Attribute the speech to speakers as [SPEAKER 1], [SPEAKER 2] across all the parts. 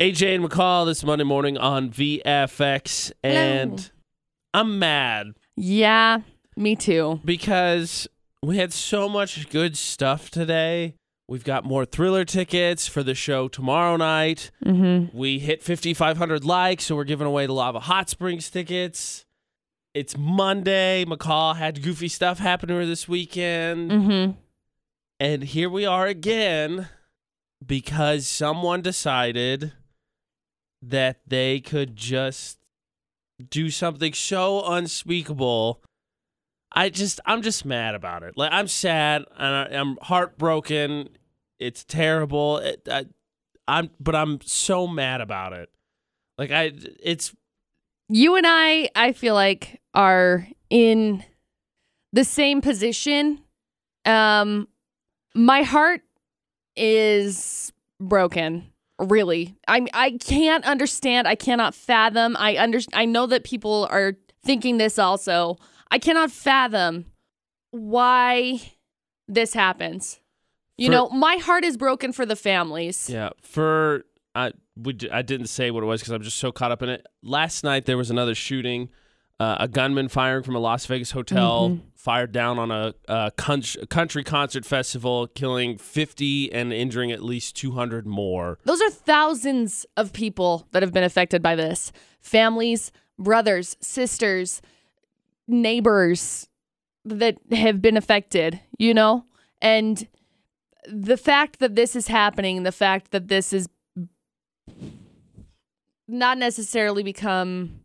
[SPEAKER 1] AJ and McCall this Monday morning on VFX, and
[SPEAKER 2] Hello.
[SPEAKER 1] I'm mad
[SPEAKER 2] Yeah, me too.
[SPEAKER 1] because we had so much good stuff today. We've got more thriller tickets for the show tomorrow night.
[SPEAKER 2] Mm-hmm.
[SPEAKER 1] We hit 5,500 likes, so we're giving away the Lava Hot Springs tickets. It's Monday. McCall had goofy stuff happen to her this weekend.
[SPEAKER 2] Mm-hmm.
[SPEAKER 1] And here we are again because someone decided that they could just do something so unspeakable. I just, I'm just mad about it. Like, I'm sad and I, I'm heartbroken. It's terrible. It, I, I'm, but I'm so mad about it. Like, I, it's,
[SPEAKER 2] You and I, I feel like, are in the same position. Um, my heart is broken. Really, I I can't understand. I cannot fathom. I under I know that people are thinking this also. I cannot fathom why this happens. You
[SPEAKER 1] For-
[SPEAKER 2] know, my heart is broken for the families.
[SPEAKER 1] Yeah, for I would I didn't say what it was because I'm just so caught up in it. Last night there was another shooting. Uh, a gunman firing from a Las Vegas hotel fired down on a, uh con- country concert festival, killing 50 and injuring at least 200 more.
[SPEAKER 2] Those are thousands of people that have been affected by this families, brothers, sisters, neighbors that have been affected, you know? And the fact that this is happening, the fact that this is not necessarily become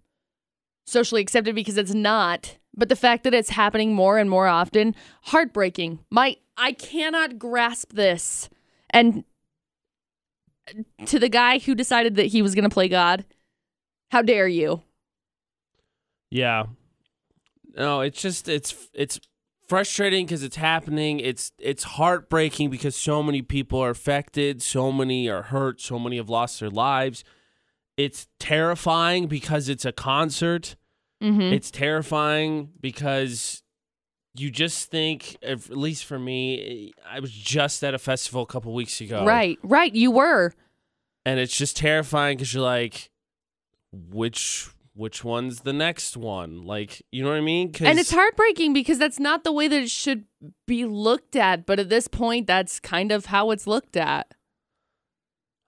[SPEAKER 2] socially accepted because it's not, but the fact that it's happening more and more often, heartbreaking. My I cannot grasp this. And to the guy who decided that he was going to play God. How dare you?
[SPEAKER 1] Yeah. No, it's just it's it's frustrating because it's happening. It's it's heartbreaking because so many people are affected, so many are hurt, so many have lost their lives. It's terrifying because it's a concert.
[SPEAKER 2] Mm-hmm.
[SPEAKER 1] It's terrifying because you just think, if- at least for me, I was just at a festival a couple weeks ago,
[SPEAKER 2] Right, right. You were.
[SPEAKER 1] And it's just terrifying because you're like, which which one's the next one? Like, you know what I mean? 'Cause-
[SPEAKER 2] And it's heartbreaking because that's not the way that it should be looked at. But at this point, that's kind of how it's looked at.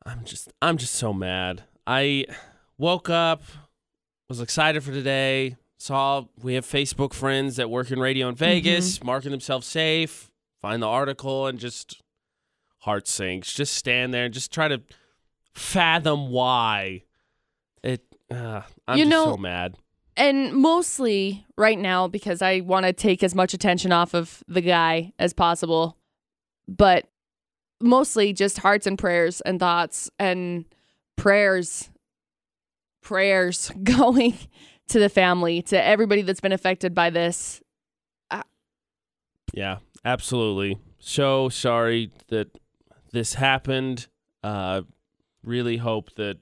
[SPEAKER 1] I'm just I'm just so mad. I woke up, was excited for today, saw we have Facebook friends that work in radio in
[SPEAKER 2] Mm-hmm.
[SPEAKER 1] Vegas, marking themselves safe, find the article and just heart sinks. Just stand there and just try to fathom why. It uh, I'm
[SPEAKER 2] You
[SPEAKER 1] just
[SPEAKER 2] know-
[SPEAKER 1] so mad.
[SPEAKER 2] And mostly right now, because I want to take as much attention off of the guy as possible. But mostly just hearts and prayers and thoughts and prayers, prayers going to the family, to everybody that's been affected by this.
[SPEAKER 1] Yeah, absolutely. So sorry that this happened. Uh, really hope that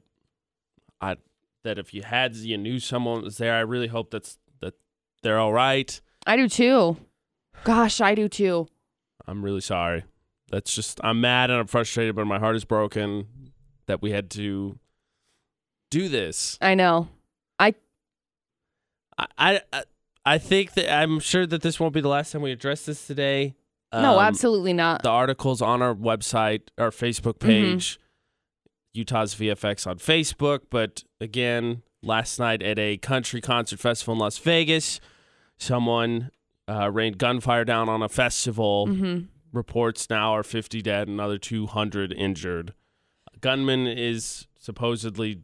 [SPEAKER 1] I that if you had you knew someone was there, I really hope that's that they're all right.
[SPEAKER 2] I do too. Gosh, I do too.
[SPEAKER 1] I'm really sorry. That's just I'm mad and I'm frustrated, but my heart is broken that we had to do this.
[SPEAKER 2] I know.
[SPEAKER 1] I I I- I think that I'm sure that this won't be the last time we address this today.
[SPEAKER 2] no,
[SPEAKER 1] Um,
[SPEAKER 2] absolutely not.
[SPEAKER 1] the articles on our website, our Facebook page, Utah's VFX on Facebook. But again, last night at a country concert festival in Las Vegas, someone uh, rained gunfire down on a festival.
[SPEAKER 2] Mhm.
[SPEAKER 1] Reports now are 50 dead, another 200 injured. gunman is supposedly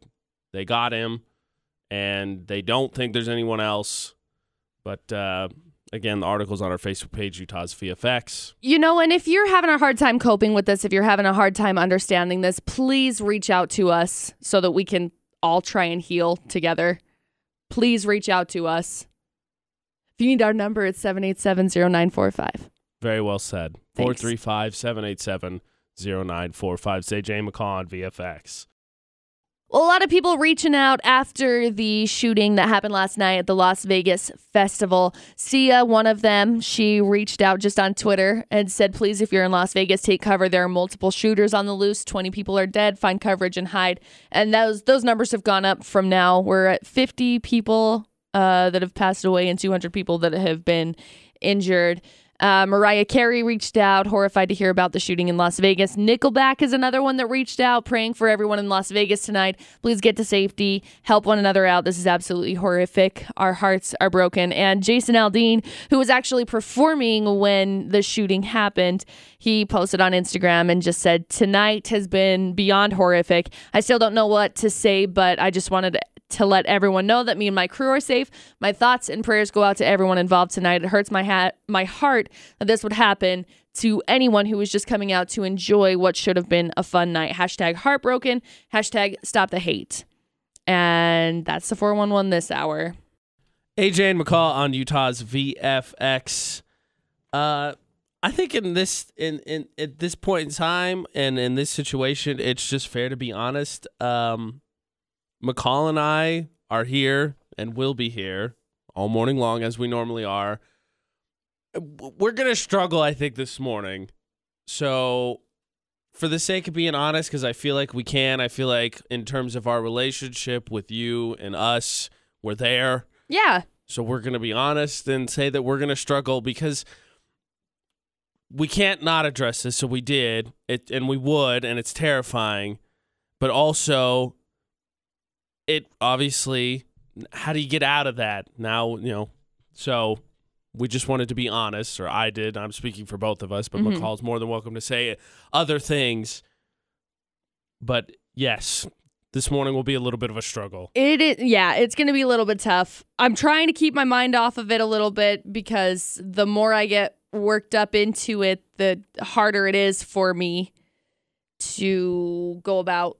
[SPEAKER 1] they got him, and they don't think there's anyone else. But uh, again, the article's on our Facebook page, Utah's VFX.
[SPEAKER 2] You know, and if you're having a hard time coping with this, if you're having a hard time understanding this, please reach out to us so that we can all try and heal together. Please reach out to us. If you need our number, it's 7870945.
[SPEAKER 1] Very well said. Four
[SPEAKER 2] Thanks.
[SPEAKER 1] three five seven eight seven zero nine four five. Say Jay McCall on VFX.
[SPEAKER 2] Well, a lot of people reaching out after the shooting that happened last night at the Las Vegas festival. Sia, one of them, she reached out just on Twitter and said, Please, if you're in Las Vegas, take cover. There are multiple shooters on the loose. 20 people are dead. Find coverage and hide. And those, those numbers have gone up from now. We're at 50 people uh, that have passed away and 200 people that have been injured. Uh, Mariah Carey reached out, horrified to hear about the shooting in Las Vegas. Nickelback is another one that reached out, praying for everyone in Las Vegas tonight. Please get to safety, help one another out. This is absolutely horrific. Our hearts are broken. And Jason Aldean, who was actually performing when the shooting happened, he posted on Instagram and just said, Tonight has been beyond horrific. I still don't know what to say, but I just wanted to let everyone know that me and my crew are safe. My thoughts and prayers go out to everyone involved tonight. It hurts my hat, my heart that this would happen to anyone who was just coming out to enjoy what should have been a fun night. Hashtag heartbroken. Hashtag stop the hate. And that's the 411 this hour.
[SPEAKER 1] AJ and McCall on Utah's VFX. Uh, I think in this in, in at this point in time and in this situation, it's just fair to be honest. Um, McCall and I are here and will be here all morning long as we normally are. W- We're gonna struggle, I think, this morning. So, for the sake of being honest, because I feel like we can, I feel like in terms of our relationship with you and us, we're there.
[SPEAKER 2] Yeah.
[SPEAKER 1] So we're going to be honest and say that we're going to struggle because we can't not address this. So we did it, and we would, and it's terrifying. But also, it obviously, how do you get out of that now? You know, so we just wanted to be honest, or I did. I'm speaking for both of us, but
[SPEAKER 2] Mhm.
[SPEAKER 1] McCall's more than welcome to say other things. But yes, this morning will be a little bit of a struggle.
[SPEAKER 2] It is, yeah, it's going to be a little bit tough. I'm trying to keep my mind off of it a little bit because the more I get worked up into it, the harder it is for me to go about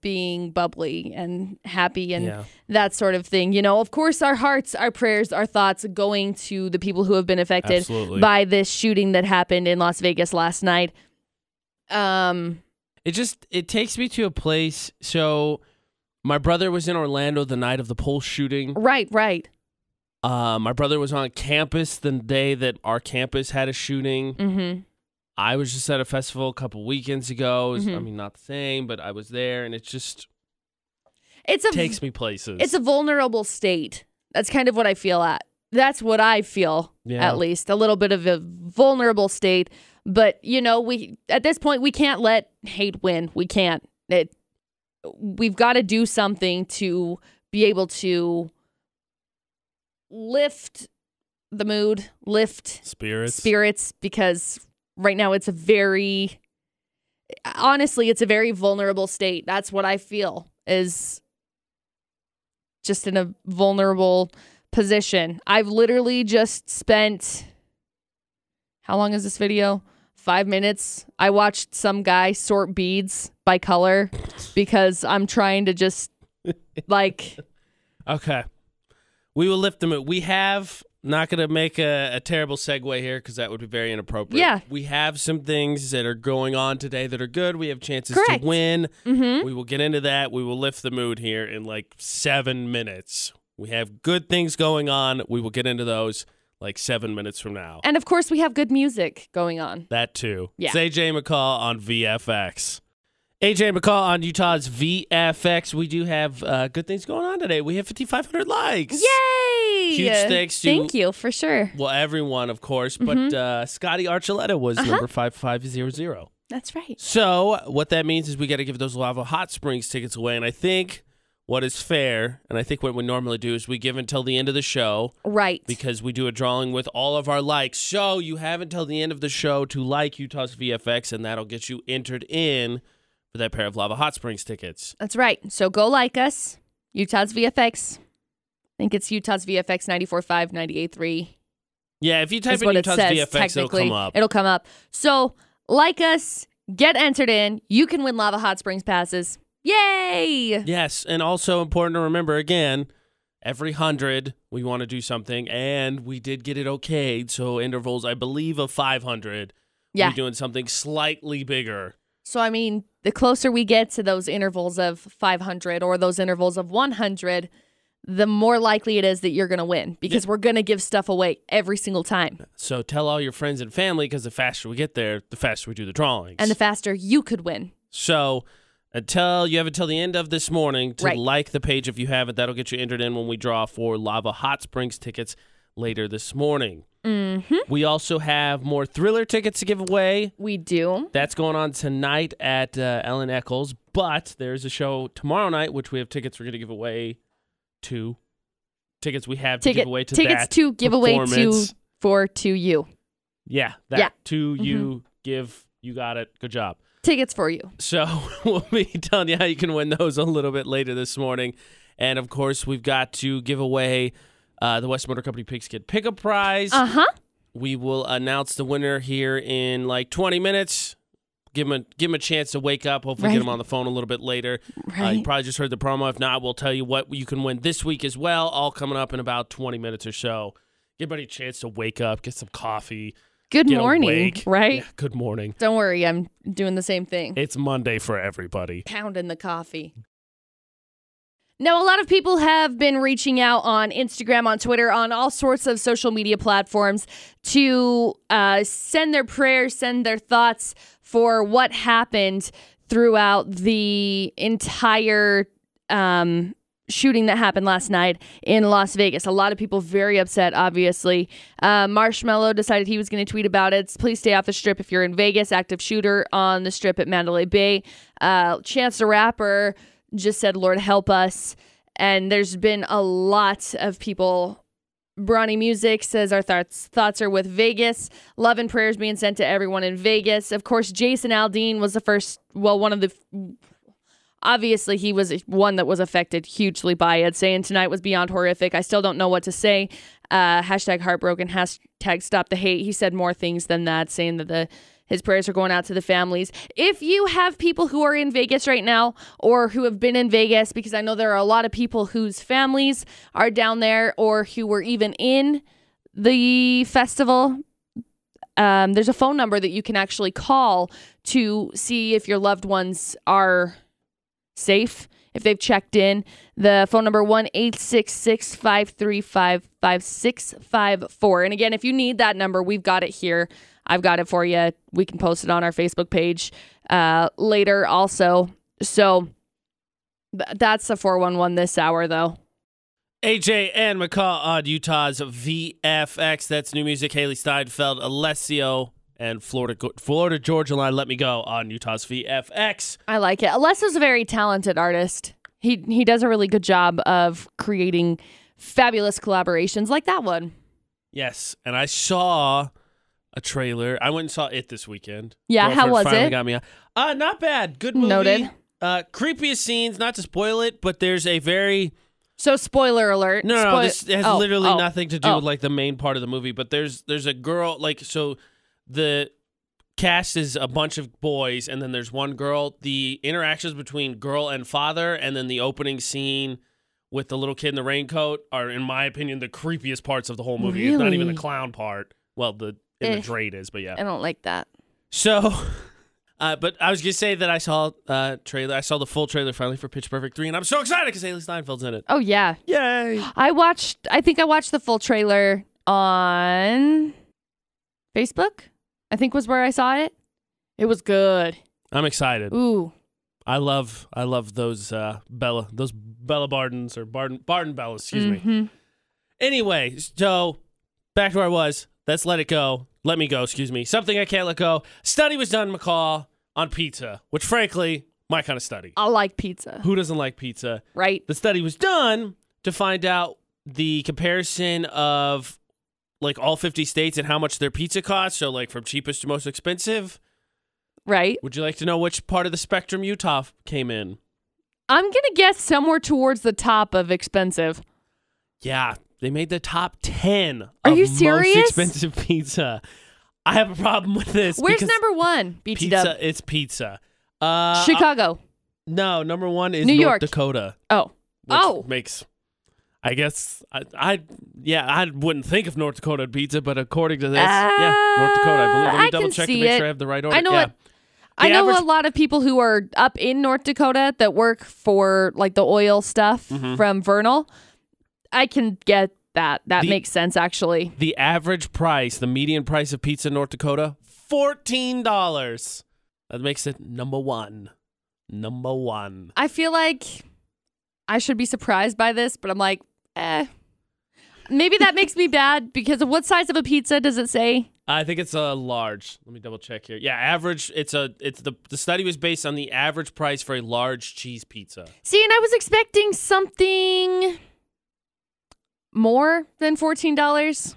[SPEAKER 2] being bubbly and happy and
[SPEAKER 1] yeah.
[SPEAKER 2] that sort of thing. You know, of course, our hearts, our prayers, our thoughts going to the people who have been affected
[SPEAKER 1] Absolutely.
[SPEAKER 2] by this shooting that happened in Las Vegas last night. Um,
[SPEAKER 1] It just it takes me to a place. So my brother was in Orlando the night of the pole shooting.
[SPEAKER 2] right, right.
[SPEAKER 1] Uh, my brother was on campus the day that our campus had a shooting.
[SPEAKER 2] Mm-hmm.
[SPEAKER 1] I was just at a festival a couple weekends ago. It was- I
[SPEAKER 2] Mhm.
[SPEAKER 1] mean, not the same, but I was there, and it just
[SPEAKER 2] It's a
[SPEAKER 1] takes me places.
[SPEAKER 2] It's a vulnerable state. That's kind of what I feel at. That's what I feel,
[SPEAKER 1] Yeah.
[SPEAKER 2] at least. A little bit of a vulnerable state. But, you know, we at this point we can't let hate win. We can't. It we've got to do something to be able to lift the mood, lift
[SPEAKER 1] spirits.
[SPEAKER 2] spirits because right now it's a very honestly it's a very vulnerable state that's what i feel is just in a vulnerable position i've literally just spent how long is this video five minutes i watched some guy sort beads by color because i'm trying to just like
[SPEAKER 1] Okay. We will lift them. up. We have not going to make a, a terrible segue here because that would be very inappropriate.
[SPEAKER 2] Yeah.
[SPEAKER 1] We have some things that are going on today that are good. We have chances
[SPEAKER 2] Correct.
[SPEAKER 1] to win.
[SPEAKER 2] mm-hmm
[SPEAKER 1] We will get into that. We will lift the mood here in like seven minutes. We have good things going on. We will get into those like seven minutes from now.
[SPEAKER 2] and of course we have good music going on
[SPEAKER 1] That too.
[SPEAKER 2] Yeah.
[SPEAKER 1] It's AJ McCall on VFX. AJ McCall on Utah's VFX. We do have uh, good things going on today. We have 5,500 likes.
[SPEAKER 2] yay
[SPEAKER 1] Huge thanks to-
[SPEAKER 2] thank you for sure
[SPEAKER 1] Well, everyone, of course, but
[SPEAKER 2] Mhm.
[SPEAKER 1] uh, Scotty Archuleta was
[SPEAKER 2] Uh-huh.
[SPEAKER 1] number 5500.
[SPEAKER 2] that's right
[SPEAKER 1] So, what that means is we got to give those Lava Hot Springs tickets away. And I think what is fair, and I think what we normally do, is we give until the end of the show
[SPEAKER 2] Right.
[SPEAKER 1] because we do a drawing with all of our likes. So, you have until the end of the show to like Utah's VFX, and that'll get you entered in for that pair of Lava Hot Springs tickets.
[SPEAKER 2] That's right. So go like us, Utah's VFX. I think it's Utah's VFX 94.5, 98.3.
[SPEAKER 1] Yeah, if you type
[SPEAKER 2] That's
[SPEAKER 1] in
[SPEAKER 2] what it
[SPEAKER 1] Utah's
[SPEAKER 2] says.
[SPEAKER 1] VFX, it'll
[SPEAKER 2] technically,
[SPEAKER 1] come up.
[SPEAKER 2] It'll come up. So like us, get entered in. You can win Lava Hot Springs passes. Yay!
[SPEAKER 1] Yes, and also important to remember again, every hundred we want to do something, and we did get it okayed. So intervals, I believe, of five hundred.
[SPEAKER 2] Yeah.
[SPEAKER 1] we're doing something slightly bigger
[SPEAKER 2] So, I mean, the closer we get to those intervals of 500 or those intervals of 100, the more likely it is that you're going to win because we're going to give stuff away every single time.
[SPEAKER 1] So tell all your friends and family because the faster we get there, the faster we do the drawings.
[SPEAKER 2] And the faster you could win.
[SPEAKER 1] so until you have until the end of this morning to
[SPEAKER 2] Right.
[SPEAKER 1] like the page if you haven't. That'll get you entered in when we draw for Lava Hot Springs tickets later this morning.
[SPEAKER 2] Mm-hmm.
[SPEAKER 1] We also have more thriller tickets to give away.
[SPEAKER 2] We do.
[SPEAKER 1] That's going on tonight at uh, Ellen Eccles, but there's a show tomorrow night which we have tickets we're going to give away to tickets we have to
[SPEAKER 2] Ticket,
[SPEAKER 1] give away to
[SPEAKER 2] tickets
[SPEAKER 1] that.
[SPEAKER 2] to give away to
[SPEAKER 1] performance.
[SPEAKER 2] for to you.
[SPEAKER 1] yeah, that
[SPEAKER 2] Yeah. Mm-hmm.
[SPEAKER 1] to you give you got it. Good job.
[SPEAKER 2] Tickets for you.
[SPEAKER 1] So we'll be telling you how you can win those a little bit later this morning. And of course, we've got to give away uh, the West Motor Company Pigskin Pickup Prize.
[SPEAKER 2] Uh huh.
[SPEAKER 1] we will announce the winner here in like 20 minutes. Give him a give him a chance to wake up. Hopefully, get
[SPEAKER 2] Right.
[SPEAKER 1] him on the phone a little bit later. Uh, you
[SPEAKER 2] Right.
[SPEAKER 1] probably just heard the promo. If not, we'll tell you what you can win this week as well. All coming up in about 20 minutes or so. Give everybody a chance to wake up, get some coffee.
[SPEAKER 2] Good
[SPEAKER 1] get
[SPEAKER 2] morning.
[SPEAKER 1] awake.
[SPEAKER 2] Right.
[SPEAKER 1] Yeah, good morning.
[SPEAKER 2] Don't worry. I'm doing the same thing.
[SPEAKER 1] It's Monday for everybody.
[SPEAKER 2] pounding the coffee. Now, a lot of people have been reaching out on Instagram, on Twitter, on all sorts of social media platforms to uh, send their prayers, send their thoughts for what happened throughout the entire um, shooting that happened last night in Las Vegas. A lot of people very upset, obviously. Uh, Marshmallow decided he was going to tweet about it. Please stay off the strip if you're in Vegas. Active shooter on the strip at Mandalay Bay. Uh, Chance the Rapper just said, Lord help us. And there's been a lot of people. Bronny Music says our thoughts thoughts are with Vegas. Love and prayers being sent to everyone in Vegas. Of course, Jason Aldean was the first, well, one of the obviously he was one that was affected hugely by it saying tonight was beyond horrific i still don't know what to say uh, hashtag heartbroken hashtag stop the hate he said more things than that saying that the his prayers are going out to the families if you have people who are in vegas right now or who have been in vegas because i know there are a lot of people whose families are down there or who were even in the festival um, there's a phone number that you can actually call to see if your loved ones are safe if they've checked in. The phone number one eight six six five three five five six five four. And again, if you need that number, we've got it here. I've got it for you. We can post it on our Facebook page uh, later also. So th- that's the 411 this hour though.
[SPEAKER 1] AJ and McCall on Utah's VFX. That's new music. Haley Steinfeld, Alessio, and Florida Florida Georgia Line. Let me go on Utah's VFX.
[SPEAKER 2] I like it. Alesso's a very talented artist. He he does a really good job of creating fabulous collaborations like that one.
[SPEAKER 1] Yes, and I saw a trailer. I went and saw it this weekend.
[SPEAKER 2] Yeah, how
[SPEAKER 1] Girlfriend
[SPEAKER 2] was
[SPEAKER 1] finally
[SPEAKER 2] it?
[SPEAKER 1] Got me. out. Uh, not bad. Good movie.
[SPEAKER 2] Noted.
[SPEAKER 1] Uh, creepiest scenes. Not to spoil it, but there's a very
[SPEAKER 2] So spoiler alert.
[SPEAKER 1] No, no,
[SPEAKER 2] Spoil-
[SPEAKER 1] this has
[SPEAKER 2] Oh,
[SPEAKER 1] literally
[SPEAKER 2] oh.
[SPEAKER 1] nothing to do
[SPEAKER 2] oh.
[SPEAKER 1] with like the main part of the movie. But there's there's a girl like so the cast is a bunch of boys and then there's one girl. The interactions between girl and father and then the opening scene with the little kid in the raincoat are, in my opinion, the creepiest parts of the whole movie. It's not even the
[SPEAKER 2] Really?
[SPEAKER 1] clown part. Well, the in the
[SPEAKER 2] Eh.
[SPEAKER 1] trade is, but yeah.
[SPEAKER 2] I don't like that.
[SPEAKER 1] So, uh, but I was gonna say that I saw uh trailer. I saw the full trailer finally for Pitch Perfect three, and I'm so excited because Haley Steinfeld's in it.
[SPEAKER 2] Oh yeah.
[SPEAKER 1] Yay!
[SPEAKER 2] I watched I think I watched the full trailer on Facebook. I think was where I saw it. It was good.
[SPEAKER 1] I'm excited.
[SPEAKER 2] Ooh.
[SPEAKER 1] I love I love those uh, Bella those Bella Bardens or Barden Barden Bellas, excuse me.
[SPEAKER 2] Mhm.
[SPEAKER 1] Anyway, so back to where I was. That's let it go. Let me go, excuse me. Something I can't let go. Study was done, McCall, on pizza, which frankly, my kind of study.
[SPEAKER 2] I like pizza.
[SPEAKER 1] Who doesn't like pizza?
[SPEAKER 2] Right?
[SPEAKER 1] The study was done to find out the comparison of like all 50 states and how much their pizza costs. So like from cheapest to most expensive.
[SPEAKER 2] Right?
[SPEAKER 1] Would you like to know which part of the spectrum Utah came in?
[SPEAKER 2] I'm going to guess somewhere towards the top of expensive.
[SPEAKER 1] Yeah, they made the top ten.
[SPEAKER 2] Are
[SPEAKER 1] of
[SPEAKER 2] you
[SPEAKER 1] Most
[SPEAKER 2] serious?
[SPEAKER 1] expensive pizza. I have a problem with this.
[SPEAKER 2] Where's
[SPEAKER 1] because
[SPEAKER 2] number 1? BT
[SPEAKER 1] pizza?
[SPEAKER 2] Dub.
[SPEAKER 1] It's pizza. Uh, uh,
[SPEAKER 2] Chicago.
[SPEAKER 1] no, number one is
[SPEAKER 2] New
[SPEAKER 1] North
[SPEAKER 2] York.
[SPEAKER 1] Dakota.
[SPEAKER 2] Oh.
[SPEAKER 1] Which
[SPEAKER 2] Oh.
[SPEAKER 1] makes. I guess I, I yeah I wouldn't think of North Dakota and pizza, but according to this, yeah, North Dakota. I believe.
[SPEAKER 2] Uh,
[SPEAKER 1] Let me
[SPEAKER 2] I
[SPEAKER 1] double
[SPEAKER 2] can
[SPEAKER 1] check to
[SPEAKER 2] see
[SPEAKER 1] make
[SPEAKER 2] it.
[SPEAKER 1] sure I have the right order.
[SPEAKER 2] I know
[SPEAKER 1] yeah.
[SPEAKER 2] what I
[SPEAKER 1] The
[SPEAKER 2] know
[SPEAKER 1] average-
[SPEAKER 2] a lot of people who are up in North Dakota that work for like the oil stuff
[SPEAKER 1] Mhm.
[SPEAKER 2] from Vernal. I can get that. That
[SPEAKER 1] The-
[SPEAKER 2] makes sense actually.
[SPEAKER 1] The average price, the median price of pizza in North Dakota, fourteen dollars. That makes it number one. Number one.
[SPEAKER 2] I feel like I should be surprised by this, but I'm like, eh. Maybe that makes me bad because of what size of a pizza does it say?
[SPEAKER 1] I think it's a large. Let me double check here. Yeah, average. It's a. It's the the study was based on the average price for a large cheese pizza.
[SPEAKER 2] See, and I was expecting something more than $14.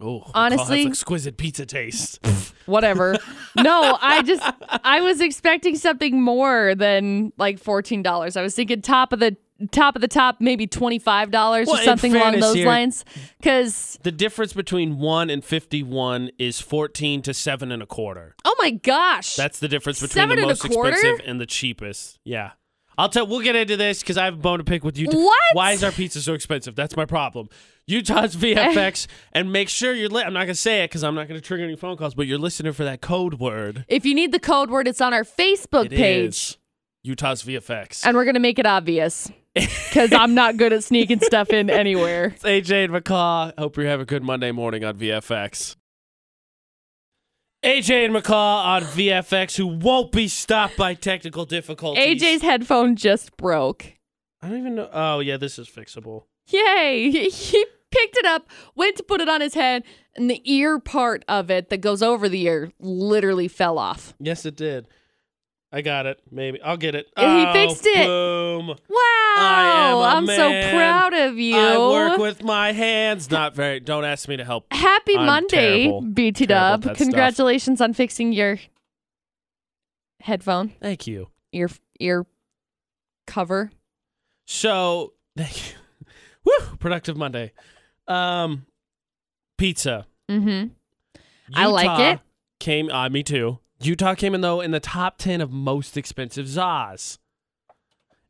[SPEAKER 1] Oh,
[SPEAKER 2] Honestly-
[SPEAKER 1] exquisite pizza taste.
[SPEAKER 2] Whatever. no, I just I was expecting something more than like $14. I was thinking top of the top of the top maybe $25
[SPEAKER 1] Well,
[SPEAKER 2] or
[SPEAKER 1] in
[SPEAKER 2] something along
[SPEAKER 1] fairness
[SPEAKER 2] those
[SPEAKER 1] here-
[SPEAKER 2] lines cuz
[SPEAKER 1] the difference between one and fifty-one is fourteen to seven and a quarter.
[SPEAKER 2] oh my gosh.
[SPEAKER 1] That's the difference between
[SPEAKER 2] Seven
[SPEAKER 1] the
[SPEAKER 2] and a
[SPEAKER 1] most
[SPEAKER 2] quarter?
[SPEAKER 1] expensive and the cheapest. Yeah. I'll tell we'll get into this because I have a bone to pick with you.
[SPEAKER 2] What?
[SPEAKER 1] Why is our pizza so expensive? That's my problem. Utah's VFX and make sure you're li- I'm not gonna say it because I'm not gonna trigger any phone calls, but you're listening for that code word.
[SPEAKER 2] if you need the code word, it's on our Facebook
[SPEAKER 1] It
[SPEAKER 2] page.
[SPEAKER 1] is Utah's VFX.
[SPEAKER 2] And we're going to make it obvious because I'm not good at sneaking stuff in anywhere.
[SPEAKER 1] It's AJ and McCaw. Hope you have a good Monday morning on VFX. AJ and McCaw on VFX, who won't be stopped by technical difficulties.
[SPEAKER 2] AJ's headphone just broke.
[SPEAKER 1] I don't even know. Oh yeah, this is fixable.
[SPEAKER 2] Yay. He- He picked it up, went to put it on his head, and the ear part of it that goes over the ear literally fell off.
[SPEAKER 1] Yes, it did. I got it. Maybe I'll get it.
[SPEAKER 2] Yeah, he
[SPEAKER 1] Oh,
[SPEAKER 2] fixed it.
[SPEAKER 1] Boom.
[SPEAKER 2] Wow.
[SPEAKER 1] am a
[SPEAKER 2] I'm
[SPEAKER 1] man.
[SPEAKER 2] so proud of you.
[SPEAKER 1] I work with my hands. Not very. Don't ask me to help.
[SPEAKER 2] Happy
[SPEAKER 1] I'm
[SPEAKER 2] Monday,
[SPEAKER 1] terrible,
[SPEAKER 2] BT
[SPEAKER 1] terrible at
[SPEAKER 2] Dub.
[SPEAKER 1] that stuff.
[SPEAKER 2] Congratulations on fixing your headphone,
[SPEAKER 1] Thank you.
[SPEAKER 2] ear, ear cover.
[SPEAKER 1] So thank you. Woo! Productive Monday. Um, pizza.
[SPEAKER 2] Mm hmm. I like
[SPEAKER 1] Utah
[SPEAKER 2] it.
[SPEAKER 1] Came. Uh, me too. Utah came in though in the top ten of most expensive Zaz.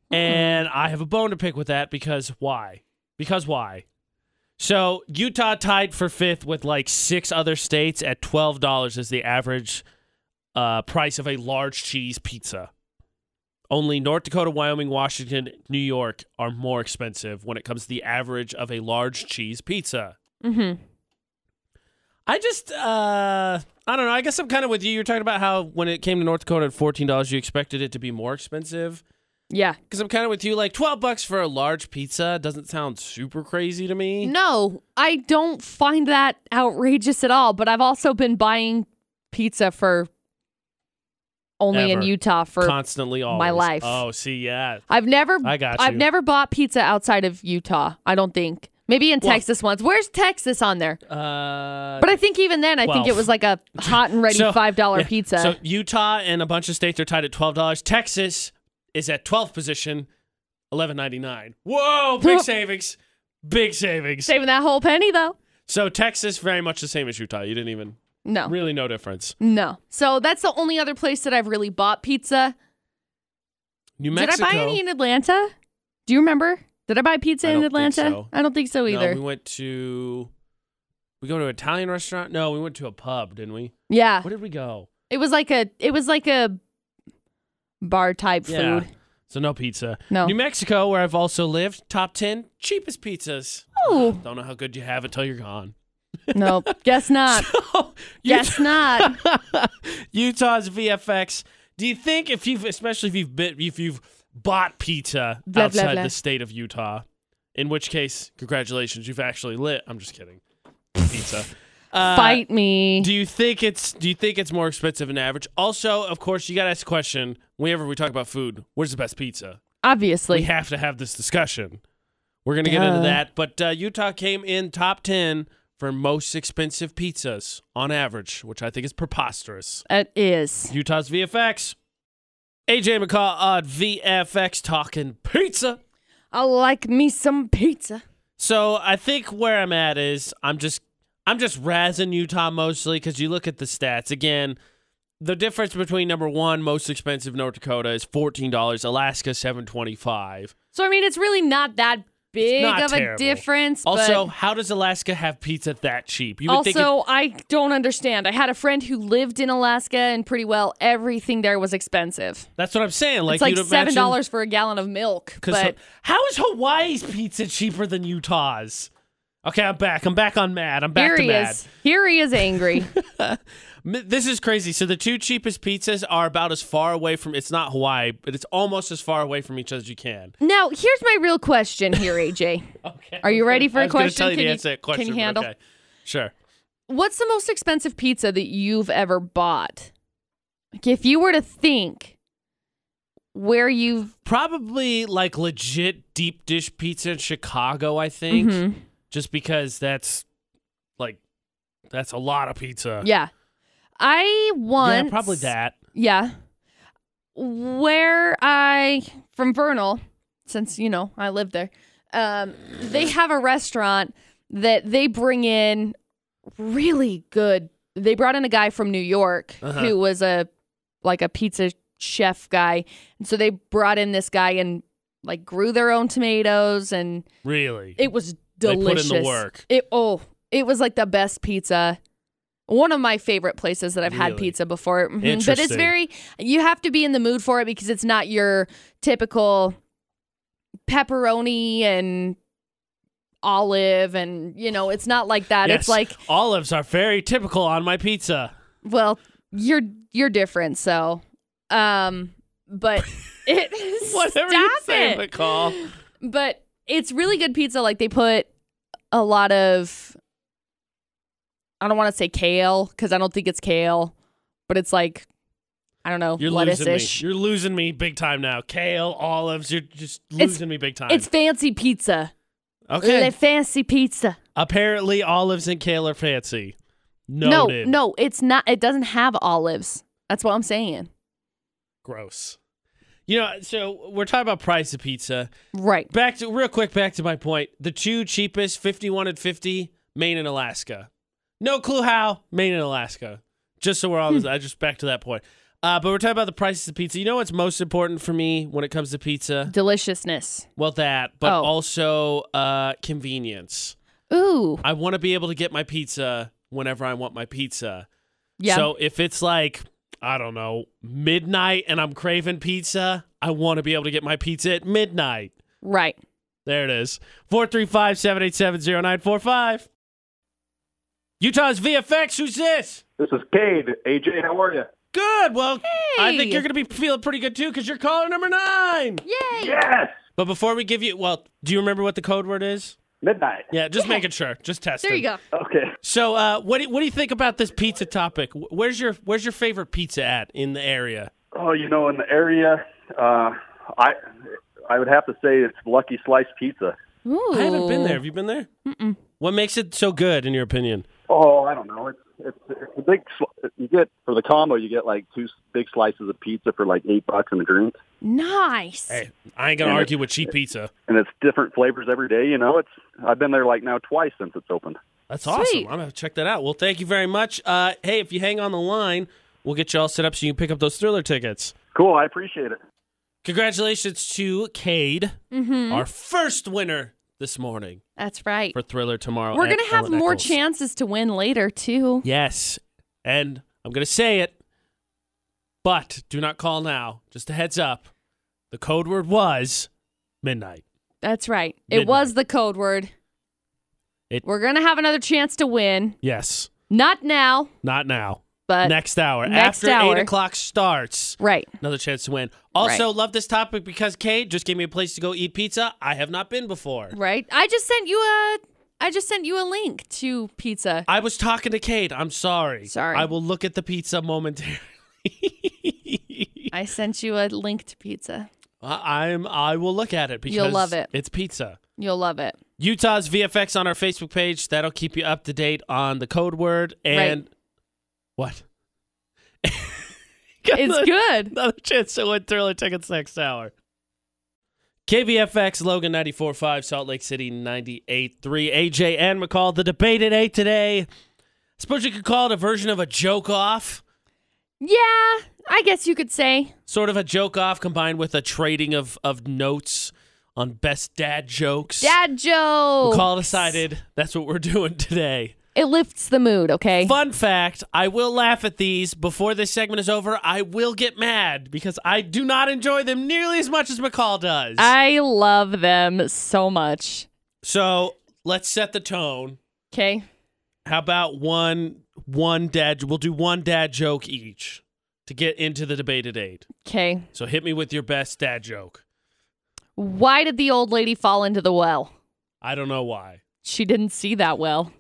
[SPEAKER 2] Hmm.
[SPEAKER 1] And I have a bone to pick with that because why? Because why? So Utah tied for fifth with like six other states at twelve dollars is the average uh, price of a large cheese pizza. Only North Dakota, Wyoming, Washington, New York are more expensive when it comes to the average of a large cheese pizza.
[SPEAKER 2] Mm hmm.
[SPEAKER 1] I just uh I don't know. I guess I'm kind of with you. You're talking about how when it came to North Dakota at fourteen dollars, you expected it to be more expensive.
[SPEAKER 2] Yeah.
[SPEAKER 1] Because I'm kind of with you. Like twelve bucks for a large pizza doesn't sound super crazy to me.
[SPEAKER 2] No, I don't find that outrageous at all. But I've also been buying pizza for only in
[SPEAKER 1] Ever.
[SPEAKER 2] Utah for.
[SPEAKER 1] Constantly, always.
[SPEAKER 2] life.
[SPEAKER 1] Oh, see, yeah,
[SPEAKER 2] I've never.
[SPEAKER 1] I got
[SPEAKER 2] I've
[SPEAKER 1] you.
[SPEAKER 2] never bought pizza outside of Utah. I don't think. Maybe in
[SPEAKER 1] Well-
[SPEAKER 2] Texas once. Where's Texas on there?
[SPEAKER 1] uh,
[SPEAKER 2] But I think even then, I think it
[SPEAKER 1] Twelve.
[SPEAKER 2] was like a hot and ready
[SPEAKER 1] So-
[SPEAKER 2] five dollar
[SPEAKER 1] yeah,
[SPEAKER 2] pizza.
[SPEAKER 1] So Utah and a bunch of states are tied at twelve dollars. Texas is at twelfth position, eleven ninety nine. Whoa, big savings, big savings.
[SPEAKER 2] Saving that whole penny though.
[SPEAKER 1] So Texas very much the same as Utah. You didn't even
[SPEAKER 2] No.
[SPEAKER 1] really no difference.
[SPEAKER 2] No. So that's the only other place that I've really bought pizza.
[SPEAKER 1] New Mexico.
[SPEAKER 2] Did I buy any in Atlanta? Do you remember? Did I buy pizza
[SPEAKER 1] I
[SPEAKER 2] in
[SPEAKER 1] don't think
[SPEAKER 2] Atlanta?
[SPEAKER 1] so.
[SPEAKER 2] I don't think so either.
[SPEAKER 1] No, we went to we go to an Italian restaurant. No, we went to a pub, didn't we?
[SPEAKER 2] yeah.
[SPEAKER 1] Where did we go?
[SPEAKER 2] It was like a it was like a bar type
[SPEAKER 1] Yeah.
[SPEAKER 2] food.
[SPEAKER 1] So no pizza.
[SPEAKER 2] No.
[SPEAKER 1] New Mexico, where I've also lived, top ten cheapest pizzas.
[SPEAKER 2] Oh
[SPEAKER 1] Don't know how good you have it till you're gone.
[SPEAKER 2] no, guess not.
[SPEAKER 1] Utah-
[SPEAKER 2] guess not.
[SPEAKER 1] Utah's VFX. Do you think if you've, especially if you've bit, if you've bought pizza
[SPEAKER 2] Blah, blah,
[SPEAKER 1] outside
[SPEAKER 2] blah.
[SPEAKER 1] the state of Utah, in which case, congratulations, you've actually lit. I'm just kidding. pizza. Uh,
[SPEAKER 2] Fight me.
[SPEAKER 1] Do you think it's do you think it's more expensive than average? Also, of course, you gotta ask the question whenever we talk about food, where's the best pizza? We
[SPEAKER 2] Obviously.
[SPEAKER 1] have to have this discussion. We're gonna get into
[SPEAKER 2] Duh.
[SPEAKER 1] that. But uh, Utah came in top ten for most expensive pizzas on average, which I think is preposterous.
[SPEAKER 2] it is.
[SPEAKER 1] Utah's VFX. AJ McCaw on VFX talking pizza.
[SPEAKER 2] I like me some pizza.
[SPEAKER 1] So I think where I'm at is I'm just I'm just razzing Utah mostly because you look at the stats again. The difference between number one most expensive North Dakota is fourteen dollars, Alaska seven twenty five.
[SPEAKER 2] So I mean it's really not that big
[SPEAKER 1] not
[SPEAKER 2] of
[SPEAKER 1] terrible.
[SPEAKER 2] a difference.
[SPEAKER 1] Also,
[SPEAKER 2] but
[SPEAKER 1] how does Alaska have pizza that cheap? You would think it,
[SPEAKER 2] also, I don't understand. I had a friend who lived in Alaska, and pretty well everything there was expensive.
[SPEAKER 1] that's what I'm saying. Like,
[SPEAKER 2] it's like
[SPEAKER 1] you'd
[SPEAKER 2] seven
[SPEAKER 1] imagine-
[SPEAKER 2] dollars for a gallon of milk.
[SPEAKER 1] 'cause
[SPEAKER 2] But
[SPEAKER 1] how is Hawaii's pizza cheaper than Utah's? Okay, I'm back. I'm back on mad. I'm back
[SPEAKER 2] here
[SPEAKER 1] to
[SPEAKER 2] he
[SPEAKER 1] mad.
[SPEAKER 2] is. Here he is angry.
[SPEAKER 1] M- This is crazy. So the two cheapest pizzas are about as far away from. It's not Hawaii, but it's almost as far away from each other as you can.
[SPEAKER 2] now, here's my real question here, AJ.
[SPEAKER 1] Okay.
[SPEAKER 2] Are you ready for
[SPEAKER 1] I
[SPEAKER 2] a
[SPEAKER 1] was gonna
[SPEAKER 2] question?
[SPEAKER 1] Tell you
[SPEAKER 2] Can
[SPEAKER 1] the
[SPEAKER 2] you-
[SPEAKER 1] answer to that question,
[SPEAKER 2] can you
[SPEAKER 1] but
[SPEAKER 2] handle-
[SPEAKER 1] okay. Sure.
[SPEAKER 2] What's the most expensive pizza that you've ever bought? Like, if you were to think where you've
[SPEAKER 1] Probably like legit deep dish pizza in Chicago. I think
[SPEAKER 2] Mhm.
[SPEAKER 1] just because that's like that's a lot of pizza.
[SPEAKER 2] yeah, I once
[SPEAKER 1] yeah probably that.
[SPEAKER 2] Yeah. Where I from Vernal, since you know I live there, um, they have a restaurant that they bring in really good. They brought in a guy from New York
[SPEAKER 1] Uh-huh.
[SPEAKER 2] who was a like a pizza chef guy, and so they brought in this guy and like grew their own tomatoes, and
[SPEAKER 1] Really.
[SPEAKER 2] it was
[SPEAKER 1] They put in the
[SPEAKER 2] delicious.
[SPEAKER 1] work.
[SPEAKER 2] It oh, it was like the best pizza. One of my favorite places that I've had
[SPEAKER 1] Really?
[SPEAKER 2] pizza before. Mhm. But it's
[SPEAKER 1] Interesting.
[SPEAKER 2] very you have to be in the mood for it because it's not your typical pepperoni and olive and you know, it's not like that.
[SPEAKER 1] yes.
[SPEAKER 2] It's like,
[SPEAKER 1] olives are very typical on my pizza.
[SPEAKER 2] well, you're you're different, so um but it
[SPEAKER 1] Whatever
[SPEAKER 2] stop
[SPEAKER 1] you say,
[SPEAKER 2] it.
[SPEAKER 1] McCall.
[SPEAKER 2] but it's really good pizza. Like they put a lot of, I don't want to say kale because I don't think it's kale, but it's like, I don't know,
[SPEAKER 1] You're
[SPEAKER 2] lettuce
[SPEAKER 1] losing me.
[SPEAKER 2] ish.
[SPEAKER 1] You're losing me big time now. Kale, olives, you're just losing me big time.
[SPEAKER 2] It's fancy pizza.
[SPEAKER 1] okay.
[SPEAKER 2] Le fancy pizza.
[SPEAKER 1] Apparently, olives and kale are fancy. Noted.
[SPEAKER 2] No, no, it's not. It doesn't have olives. That's what I'm saying.
[SPEAKER 1] Gross. You know, so we're talking about price of pizza.
[SPEAKER 2] Right.
[SPEAKER 1] Back to real quick. Back to my point. The two cheapest, fifty-one and fifty, Maine and Alaska. No clue how Maine and Alaska. Just so we're
[SPEAKER 2] Hmm.
[SPEAKER 1] all, I just back to that point. Uh, but we're talking about the prices of pizza. You know what's most important for me when it comes to pizza?
[SPEAKER 2] Deliciousness.
[SPEAKER 1] Well, that, but
[SPEAKER 2] Oh.
[SPEAKER 1] also uh, convenience.
[SPEAKER 2] Ooh.
[SPEAKER 1] I want to be able to get my pizza whenever I want my pizza.
[SPEAKER 2] Yeah.
[SPEAKER 1] So if it's like, I don't know, midnight and I'm craving pizza, I want to be able to get my pizza at midnight.
[SPEAKER 2] right.
[SPEAKER 1] There it is. 435 787 0945. Utah's VFX, who's this?
[SPEAKER 3] This is Cade. AJ, how are you?
[SPEAKER 1] Good. Well, I think
[SPEAKER 2] Hey.
[SPEAKER 1] you're going to be feeling pretty good too because you're caller number nine.
[SPEAKER 2] Yay.
[SPEAKER 3] Yes!
[SPEAKER 1] But before we give you, well, do you remember what the code word is?
[SPEAKER 3] Midnight.
[SPEAKER 1] Yeah, just making sure. Just testing.
[SPEAKER 2] There you go.
[SPEAKER 3] Okay.
[SPEAKER 1] So, uh, what do, what do you think about this pizza topic? Wh- Where's your Where's your favorite pizza at in the area?
[SPEAKER 3] Oh, you know, in the area, uh, I I would have to say it's Lucky Slice Pizza.
[SPEAKER 2] Ooh.
[SPEAKER 1] I haven't been there. Have you been there? Mm-mm. What makes it so good, in your opinion?
[SPEAKER 3] Oh, I don't know. It's it's, it's a big. Sl- you get for the combo, you get like two s- big slices of pizza for like eight bucks in the drink,
[SPEAKER 2] Nice.
[SPEAKER 1] Hey, I ain't gonna
[SPEAKER 3] Yeah.
[SPEAKER 1] argue with cheap pizza.
[SPEAKER 3] and it's different flavors every day. You know, it's I've been there like now twice since it's opened.
[SPEAKER 1] That's
[SPEAKER 2] Sweet.
[SPEAKER 1] awesome. I'm gonna check that out. Well, thank you very much. Uh, hey, if you hang on the line, we'll get you all set up so you can pick up those thriller tickets.
[SPEAKER 3] Cool. I appreciate it.
[SPEAKER 1] Congratulations to Cade,
[SPEAKER 2] Mm-hmm.
[SPEAKER 1] our first winner this morning
[SPEAKER 2] That's right.
[SPEAKER 1] for Thriller tomorrow.
[SPEAKER 2] We're
[SPEAKER 1] at
[SPEAKER 2] gonna have
[SPEAKER 1] Ellen
[SPEAKER 2] more
[SPEAKER 1] Eccles.
[SPEAKER 2] chances to win later too.
[SPEAKER 1] Yes. And I'm going to say it, but do not call now. Just a heads up. The code word was midnight.
[SPEAKER 2] That's right. It
[SPEAKER 1] Midnight.
[SPEAKER 2] was the code word.
[SPEAKER 1] It-
[SPEAKER 2] We're gonna have another chance to win.
[SPEAKER 1] Yes.
[SPEAKER 2] Not now,
[SPEAKER 1] Not now.
[SPEAKER 2] but
[SPEAKER 1] next hour.
[SPEAKER 2] Uh, next
[SPEAKER 1] After
[SPEAKER 2] hour.
[SPEAKER 1] 8 o'clock starts,
[SPEAKER 2] right.
[SPEAKER 1] another chance to win. Also, love this topic because Kate just gave me a place to go eat pizza I have not been before.
[SPEAKER 2] Right. I just sent you a I just sent you a link to pizza.
[SPEAKER 1] I was talking to Kate. I'm sorry.
[SPEAKER 2] Sorry.
[SPEAKER 1] I will look at the pizza momentarily.
[SPEAKER 2] I sent you a link to pizza.
[SPEAKER 1] I- I'm. I will look at it because
[SPEAKER 2] You'll love it.
[SPEAKER 1] It's pizza.
[SPEAKER 2] You'll love it.
[SPEAKER 1] Utah's VFX on our Facebook page. That'll keep you up to date on the code word and what? Got
[SPEAKER 2] It's
[SPEAKER 1] another-
[SPEAKER 2] good.
[SPEAKER 1] Another chance to win thriller tickets next hour. KVFX, Logan 94.5, Salt Lake City 98.3. AJ and McCall, the debate at 8 today. suppose you could call it a version of a joke off.
[SPEAKER 2] Yeah, I guess you could say.
[SPEAKER 1] Sort of a joke off combined with a trading of, of notes on best dad jokes.
[SPEAKER 2] Dad jokes.
[SPEAKER 1] We'll call it decided. That's what we're doing today.
[SPEAKER 2] It lifts the mood, okay?
[SPEAKER 1] Fun fact I will laugh at these before this segment is over. I will get mad because I do not enjoy them nearly as much as McCall does.
[SPEAKER 2] I love them so much.
[SPEAKER 1] so let's set the tone.
[SPEAKER 2] Okay.
[SPEAKER 1] How about one one dad we'll do one dad joke each to get into the debated eight.
[SPEAKER 2] Okay.
[SPEAKER 1] So hit me with your best dad joke.
[SPEAKER 2] Why did the old lady fall into the well?
[SPEAKER 1] I don't know why.
[SPEAKER 2] She didn't see that well.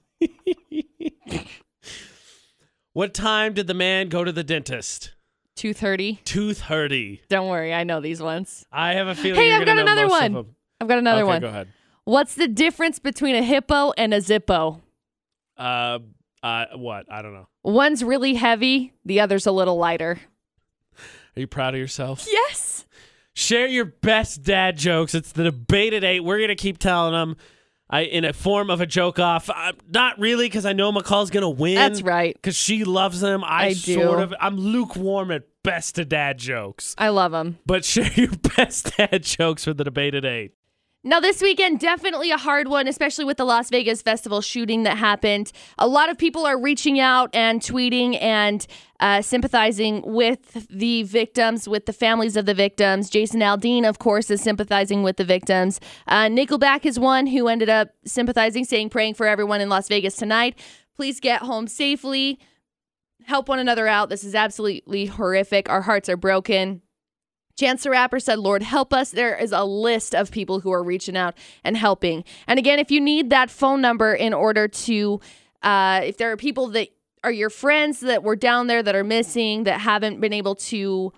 [SPEAKER 1] What time did the man go to the dentist?
[SPEAKER 2] 2:30.
[SPEAKER 1] Two thirty.
[SPEAKER 2] Don't worry, I know these ones.
[SPEAKER 1] I have a feeling.
[SPEAKER 2] Hey,
[SPEAKER 1] you're
[SPEAKER 2] I've
[SPEAKER 1] gonna
[SPEAKER 2] got
[SPEAKER 1] know
[SPEAKER 2] another
[SPEAKER 1] most of
[SPEAKER 2] one.
[SPEAKER 1] them.
[SPEAKER 2] I've got another
[SPEAKER 1] okay,
[SPEAKER 2] one.
[SPEAKER 1] Go ahead.
[SPEAKER 2] What's the difference between a hippo and a zippo?
[SPEAKER 1] Uh, uh, what? I don't know.
[SPEAKER 2] One's really heavy, the other's a little lighter.
[SPEAKER 1] Are you proud of yourself?
[SPEAKER 2] Yes.
[SPEAKER 1] Share your best dad jokes. It's the debate at eight. We're gonna keep telling them, I in a form of a joke off. i not really, because I know McCall's gonna win.
[SPEAKER 2] That's right.
[SPEAKER 1] Because she loves them. I,
[SPEAKER 2] I do.
[SPEAKER 1] sort of. I'm lukewarm at best of dad jokes.
[SPEAKER 2] I love them.
[SPEAKER 1] But share your best dad jokes for the debate at eight.
[SPEAKER 2] Now, this weekend, definitely a hard one, especially with the Las Vegas festival shooting that happened. A lot of people are reaching out and tweeting and uh, sympathizing with the victims, with the families of the victims. Jason Aldean, of course, is sympathizing with the victims. Uh, Nickelback is one who ended up sympathizing, saying, praying for everyone in Las Vegas tonight. Please get home safely. Help one another out. This is absolutely horrific. Our hearts are broken. Chance the Rapper said, Lord, help us. There is a list of people who are reaching out and helping. And again, if you need that phone number in order to, uh, if there are people that are your friends that were down there that are missing, that haven't been able to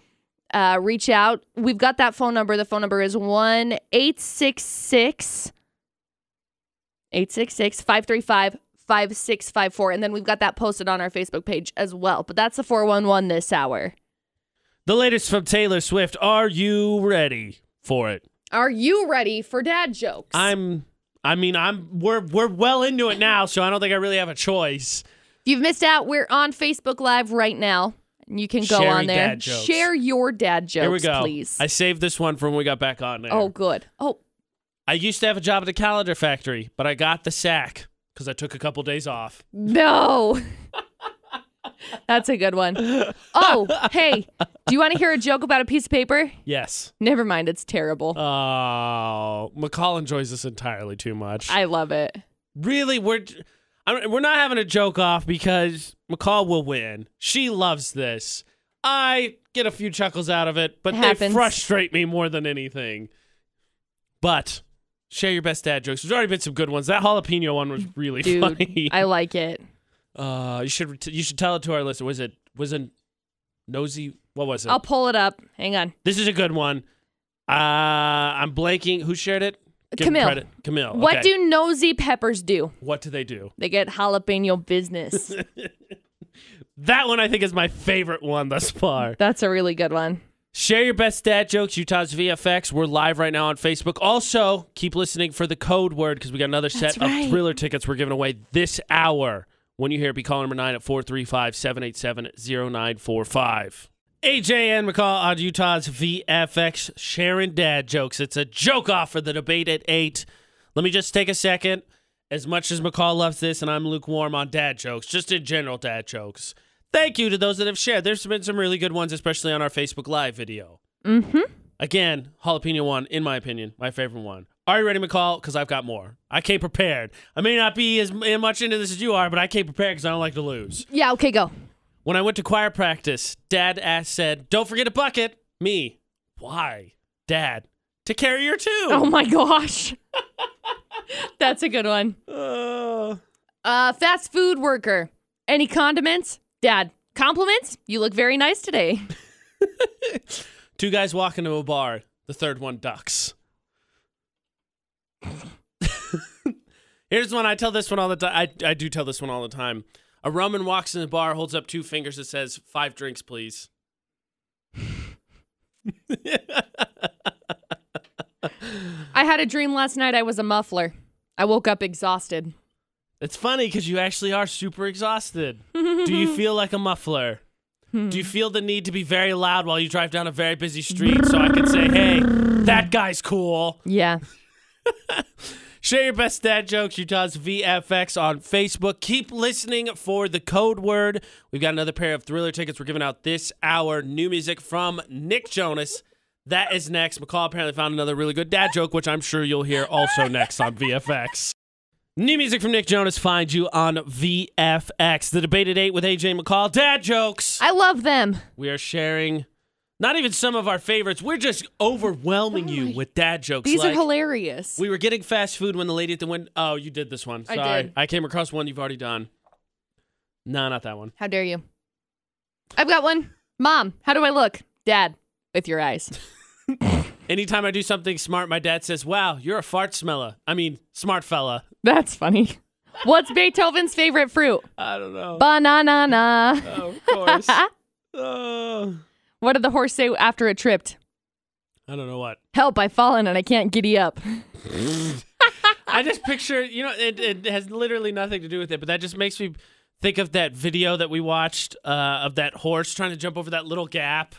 [SPEAKER 2] uh, reach out, we've got that phone number. The phone number is 1 866 535 5654. And then we've got that posted on our Facebook page as well. But that's the 411 this hour.
[SPEAKER 1] The latest from Taylor Swift. Are you ready for it?
[SPEAKER 2] Are you ready for dad jokes?
[SPEAKER 1] I'm. I mean, I'm. We're we're well into it now, so I don't think I really have a choice.
[SPEAKER 2] If you've missed out, we're on Facebook Live right now. And You can go
[SPEAKER 1] Sharing
[SPEAKER 2] on there.
[SPEAKER 1] dad jokes.
[SPEAKER 2] Share your dad jokes,
[SPEAKER 1] Here we go.
[SPEAKER 2] please.
[SPEAKER 1] I saved this one from when we got back on there.
[SPEAKER 2] oh, good. Oh,
[SPEAKER 1] I used to have a job at a calendar factory, but I got the sack because I took a couple days off.
[SPEAKER 2] no. That's a good one. Oh, hey, do you want to hear a joke about a piece of paper?
[SPEAKER 1] Yes.
[SPEAKER 2] Never mind, it's terrible.
[SPEAKER 1] Oh, McCall enjoys this entirely too much.
[SPEAKER 2] I love it.
[SPEAKER 1] really, we're I'm, we're not having a joke off because McCall will win. She loves this. I get a few chuckles out of it, but
[SPEAKER 2] It
[SPEAKER 1] they
[SPEAKER 2] happens.
[SPEAKER 1] frustrate me more than anything. But share your best dad jokes. There's already been some good ones. That jalapeno one was really
[SPEAKER 2] Dude,
[SPEAKER 1] funny.
[SPEAKER 2] I like it.
[SPEAKER 1] Uh, you should t- you should tell it to our listener. Was it was it nosy? What was it?
[SPEAKER 2] I'll pull it up. Hang on.
[SPEAKER 1] this is a good one. Uh, I'm blanking. Who shared it? Give him
[SPEAKER 2] Camille.
[SPEAKER 1] Credit. Camille.
[SPEAKER 2] What
[SPEAKER 1] okay.
[SPEAKER 2] do nosy peppers do?
[SPEAKER 1] what do they do?
[SPEAKER 2] They get jalapeno business.
[SPEAKER 1] That one I think is my favorite one thus far.
[SPEAKER 2] That's a really good one.
[SPEAKER 1] Share your best dad jokes, Utah's VFX. We're live right now on Facebook. Also, keep listening for the code word because we got another set
[SPEAKER 2] That's right.
[SPEAKER 1] of thriller tickets we're giving away this hour. When you hear it, be calling number nine at 435 787 0945. AJ and McCall on Utah's VFX sharing dad jokes. It's a joke off for the debate at eight. Let me just take a second. As much as McCall loves this, and I'm lukewarm on dad jokes, just in general dad jokes. Thank you to those that have shared. There's been some really good ones, especially on our Facebook Live video.
[SPEAKER 2] Mm-hmm.
[SPEAKER 1] Again, jalapeno one, in my opinion, my favorite one. Are you ready, McCall? Because I've got more. I came prepared. I may not be as m- much into this as you are, but I came prepared because I don't like to lose.
[SPEAKER 2] Yeah, okay, go.
[SPEAKER 1] When I went to choir practice, Dad asked, said, "Don't forget a bucket." Me, why, Dad? To carry your two.
[SPEAKER 2] Oh my gosh. That's a good one.
[SPEAKER 1] Uh,
[SPEAKER 2] Uh, fast food worker. Any condiments? Dad. Compliments? You look very nice today.
[SPEAKER 1] two guys walk into a bar. The third one ducks. Here's one. I tell this one all the time. I, I do tell this one all the time. A Roman walks in the bar, holds up two fingers, and says, five drinks, please.
[SPEAKER 2] I had a dream last night I was a muffler. I woke up exhausted.
[SPEAKER 1] It's funny because you actually are super exhausted. Do you feel like a muffler? Do you feel the need to be very loud while you drive down a very busy street so I can say, hey, that guy's cool.
[SPEAKER 2] Yeah.
[SPEAKER 1] Share your best dad jokes, Utah's VFX on Facebook. Keep listening for the code word. We've got another pair of thriller tickets we're giving out this hour. New music from Nick Jonas. That is next. McCall apparently found another really good dad joke, which I'm sure you'll hear also next on VFX. New music from Nick Jonas finds you on VFX. The debated eight with AJ McCall. Dad jokes.
[SPEAKER 2] I love them.
[SPEAKER 1] We are sharing not even some of our favorites. We're just overwhelming you with dad jokes.
[SPEAKER 2] These
[SPEAKER 1] like,
[SPEAKER 2] are hilarious.
[SPEAKER 1] we were getting fast food when the lady at the window. Oh, you did this one.
[SPEAKER 2] I
[SPEAKER 1] Sorry.
[SPEAKER 2] did.
[SPEAKER 1] I came across one you've already done. No, not that one.
[SPEAKER 2] How dare you? I've got one. Mom, how do I look? Dad, with your eyes.
[SPEAKER 1] Anytime I do something smart, my dad says, Wow, you're a fart smeller. I mean, smart fella.
[SPEAKER 2] That's funny. What's Beethoven's favorite fruit?
[SPEAKER 1] I don't know.
[SPEAKER 2] Banana.
[SPEAKER 1] oh, of course. oh.
[SPEAKER 2] What did the horse say after it tripped?
[SPEAKER 1] I don't know what.
[SPEAKER 2] Help, I've fallen and I can't giddy up.
[SPEAKER 1] I just picture, you know, it, it has literally nothing to do with it, but that just makes me think of that video that we watched uh, of that horse trying to jump over that little gap.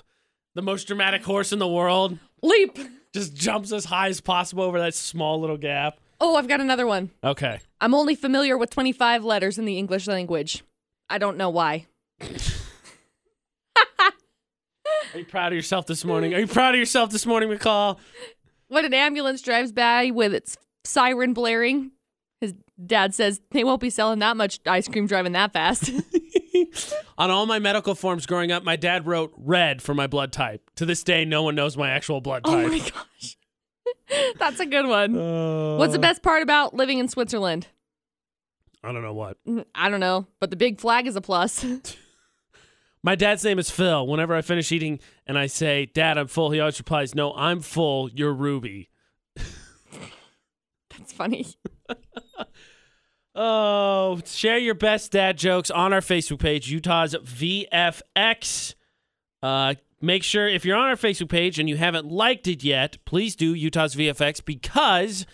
[SPEAKER 1] The most dramatic horse in the world
[SPEAKER 2] Leap.
[SPEAKER 1] just jumps as high as possible over that small little gap.
[SPEAKER 2] Oh, I've got another one.
[SPEAKER 1] Okay.
[SPEAKER 2] I'm only familiar with 25 letters in the English language. I don't know why.
[SPEAKER 1] Are you proud of yourself this morning? Are you proud of yourself this morning, McCall?
[SPEAKER 2] When an ambulance drives by with its siren blaring, his dad says they won't be selling that much ice cream driving that fast.
[SPEAKER 1] On all my medical forms growing up, my dad wrote red for my blood type. To this day, no one knows my actual blood
[SPEAKER 2] oh
[SPEAKER 1] type.
[SPEAKER 2] my gosh. That's a good one. What's the best part about living in Switzerland?
[SPEAKER 1] I don't know what.
[SPEAKER 2] Mm, I don't know, but the big flag is a plus.
[SPEAKER 1] My dad's name is Phil. Whenever I finish eating and I say, Dad, I'm full, he always replies, No, I'm full. You're Ruby.
[SPEAKER 2] That's funny.
[SPEAKER 1] Oh, share your best dad jokes on our Facebook page, Utah's VFX. Uh, make sure if you're on our Facebook page and you haven't liked it yet, please do Utah's VFX because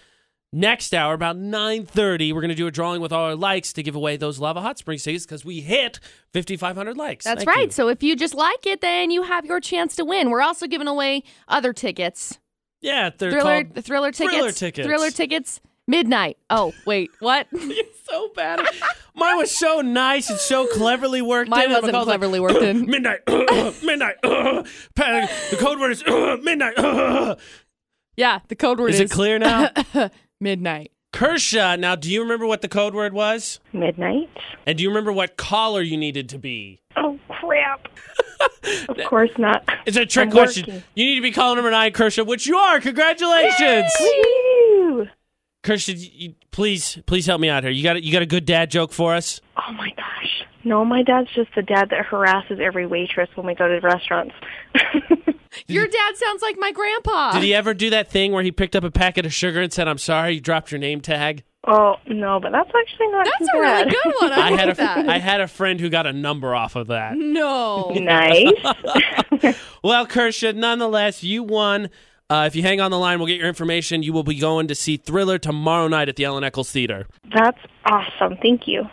[SPEAKER 1] next hour about 9:30 we're going to do a drawing with all our likes to give away those Lava Hot Springs tickets cuz we hit 5500 likes.
[SPEAKER 2] That's
[SPEAKER 1] Thank
[SPEAKER 2] right.
[SPEAKER 1] you.
[SPEAKER 2] So if you just like it, then you have your chance to win. We're also giving away other tickets.
[SPEAKER 1] Yeah, they're
[SPEAKER 2] thriller
[SPEAKER 1] called-
[SPEAKER 2] thriller tickets.
[SPEAKER 1] Thriller tickets.
[SPEAKER 2] Thriller tickets. Midnight. Oh, wait, what?
[SPEAKER 1] You're so bad. at- Mine was so nice and so cleverly worked
[SPEAKER 2] Mine
[SPEAKER 1] in. and
[SPEAKER 2] wasn't
[SPEAKER 1] McCall's like,
[SPEAKER 2] cleverly worked in.
[SPEAKER 1] midnight, midnight. Pat, the code word is midnight.
[SPEAKER 2] Yeah, the code word is,
[SPEAKER 1] is it clear now?
[SPEAKER 2] midnight.
[SPEAKER 1] Kershaw, now do you remember what the code word was?
[SPEAKER 4] Midnight.
[SPEAKER 1] And do you remember what caller you needed to be?
[SPEAKER 4] Oh crap! of course not.
[SPEAKER 1] It's a trick
[SPEAKER 4] I'm
[SPEAKER 1] question.
[SPEAKER 4] working.
[SPEAKER 1] You need to be caller number nine, Kershaw, which you are. Congratulations,
[SPEAKER 4] Woo!
[SPEAKER 1] Kershaw. You, please, please help me out here. You got a, you got a good dad joke for us?
[SPEAKER 4] Oh my gosh! No, my dad's just the dad that harasses every waitress when we go to restaurants.
[SPEAKER 2] Your dad sounds like my grandpa.
[SPEAKER 1] Did he ever do that thing where he picked up a packet of sugar and said, "I'm sorry, you dropped your name tag"?
[SPEAKER 4] oh no, but that's actually not too
[SPEAKER 2] That's a
[SPEAKER 4] bad.
[SPEAKER 2] really good one. I,
[SPEAKER 1] I
[SPEAKER 2] like
[SPEAKER 1] had a
[SPEAKER 2] that.
[SPEAKER 1] I had a friend who got a number off of that.
[SPEAKER 2] no.
[SPEAKER 4] nice.
[SPEAKER 1] Well, Kersha, nonetheless, you won. Uh, if you hang on the line, we'll get your information. You will be going to see Thriller tomorrow night at the Ellen Eccles Theater.
[SPEAKER 4] that's awesome. Thank you.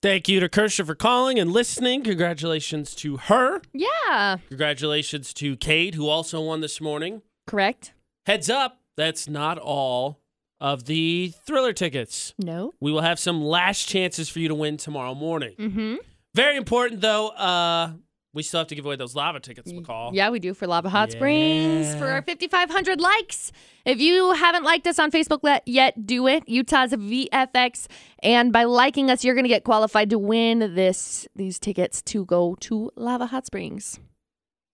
[SPEAKER 1] Thank you to Kersha for calling and listening. Congratulations to her.
[SPEAKER 2] Yeah.
[SPEAKER 1] Congratulations to Cade, who also won this morning.
[SPEAKER 2] Correct?
[SPEAKER 1] Heads up, that's not all of the Thriller tickets.
[SPEAKER 2] No.
[SPEAKER 1] We will have some last chances for you to win tomorrow morning.
[SPEAKER 2] Mm-hmm.
[SPEAKER 1] Very important, though. Uh, we still have to give away those lava tickets, McCall.
[SPEAKER 2] Yeah, we do for Lava Hot Springs for our 5,500 likes. If you haven't liked us on Facebook le- yet, do it. Utah's VFX, and by liking us, you're gonna get qualified to win this these tickets to go to Lava Hot Springs.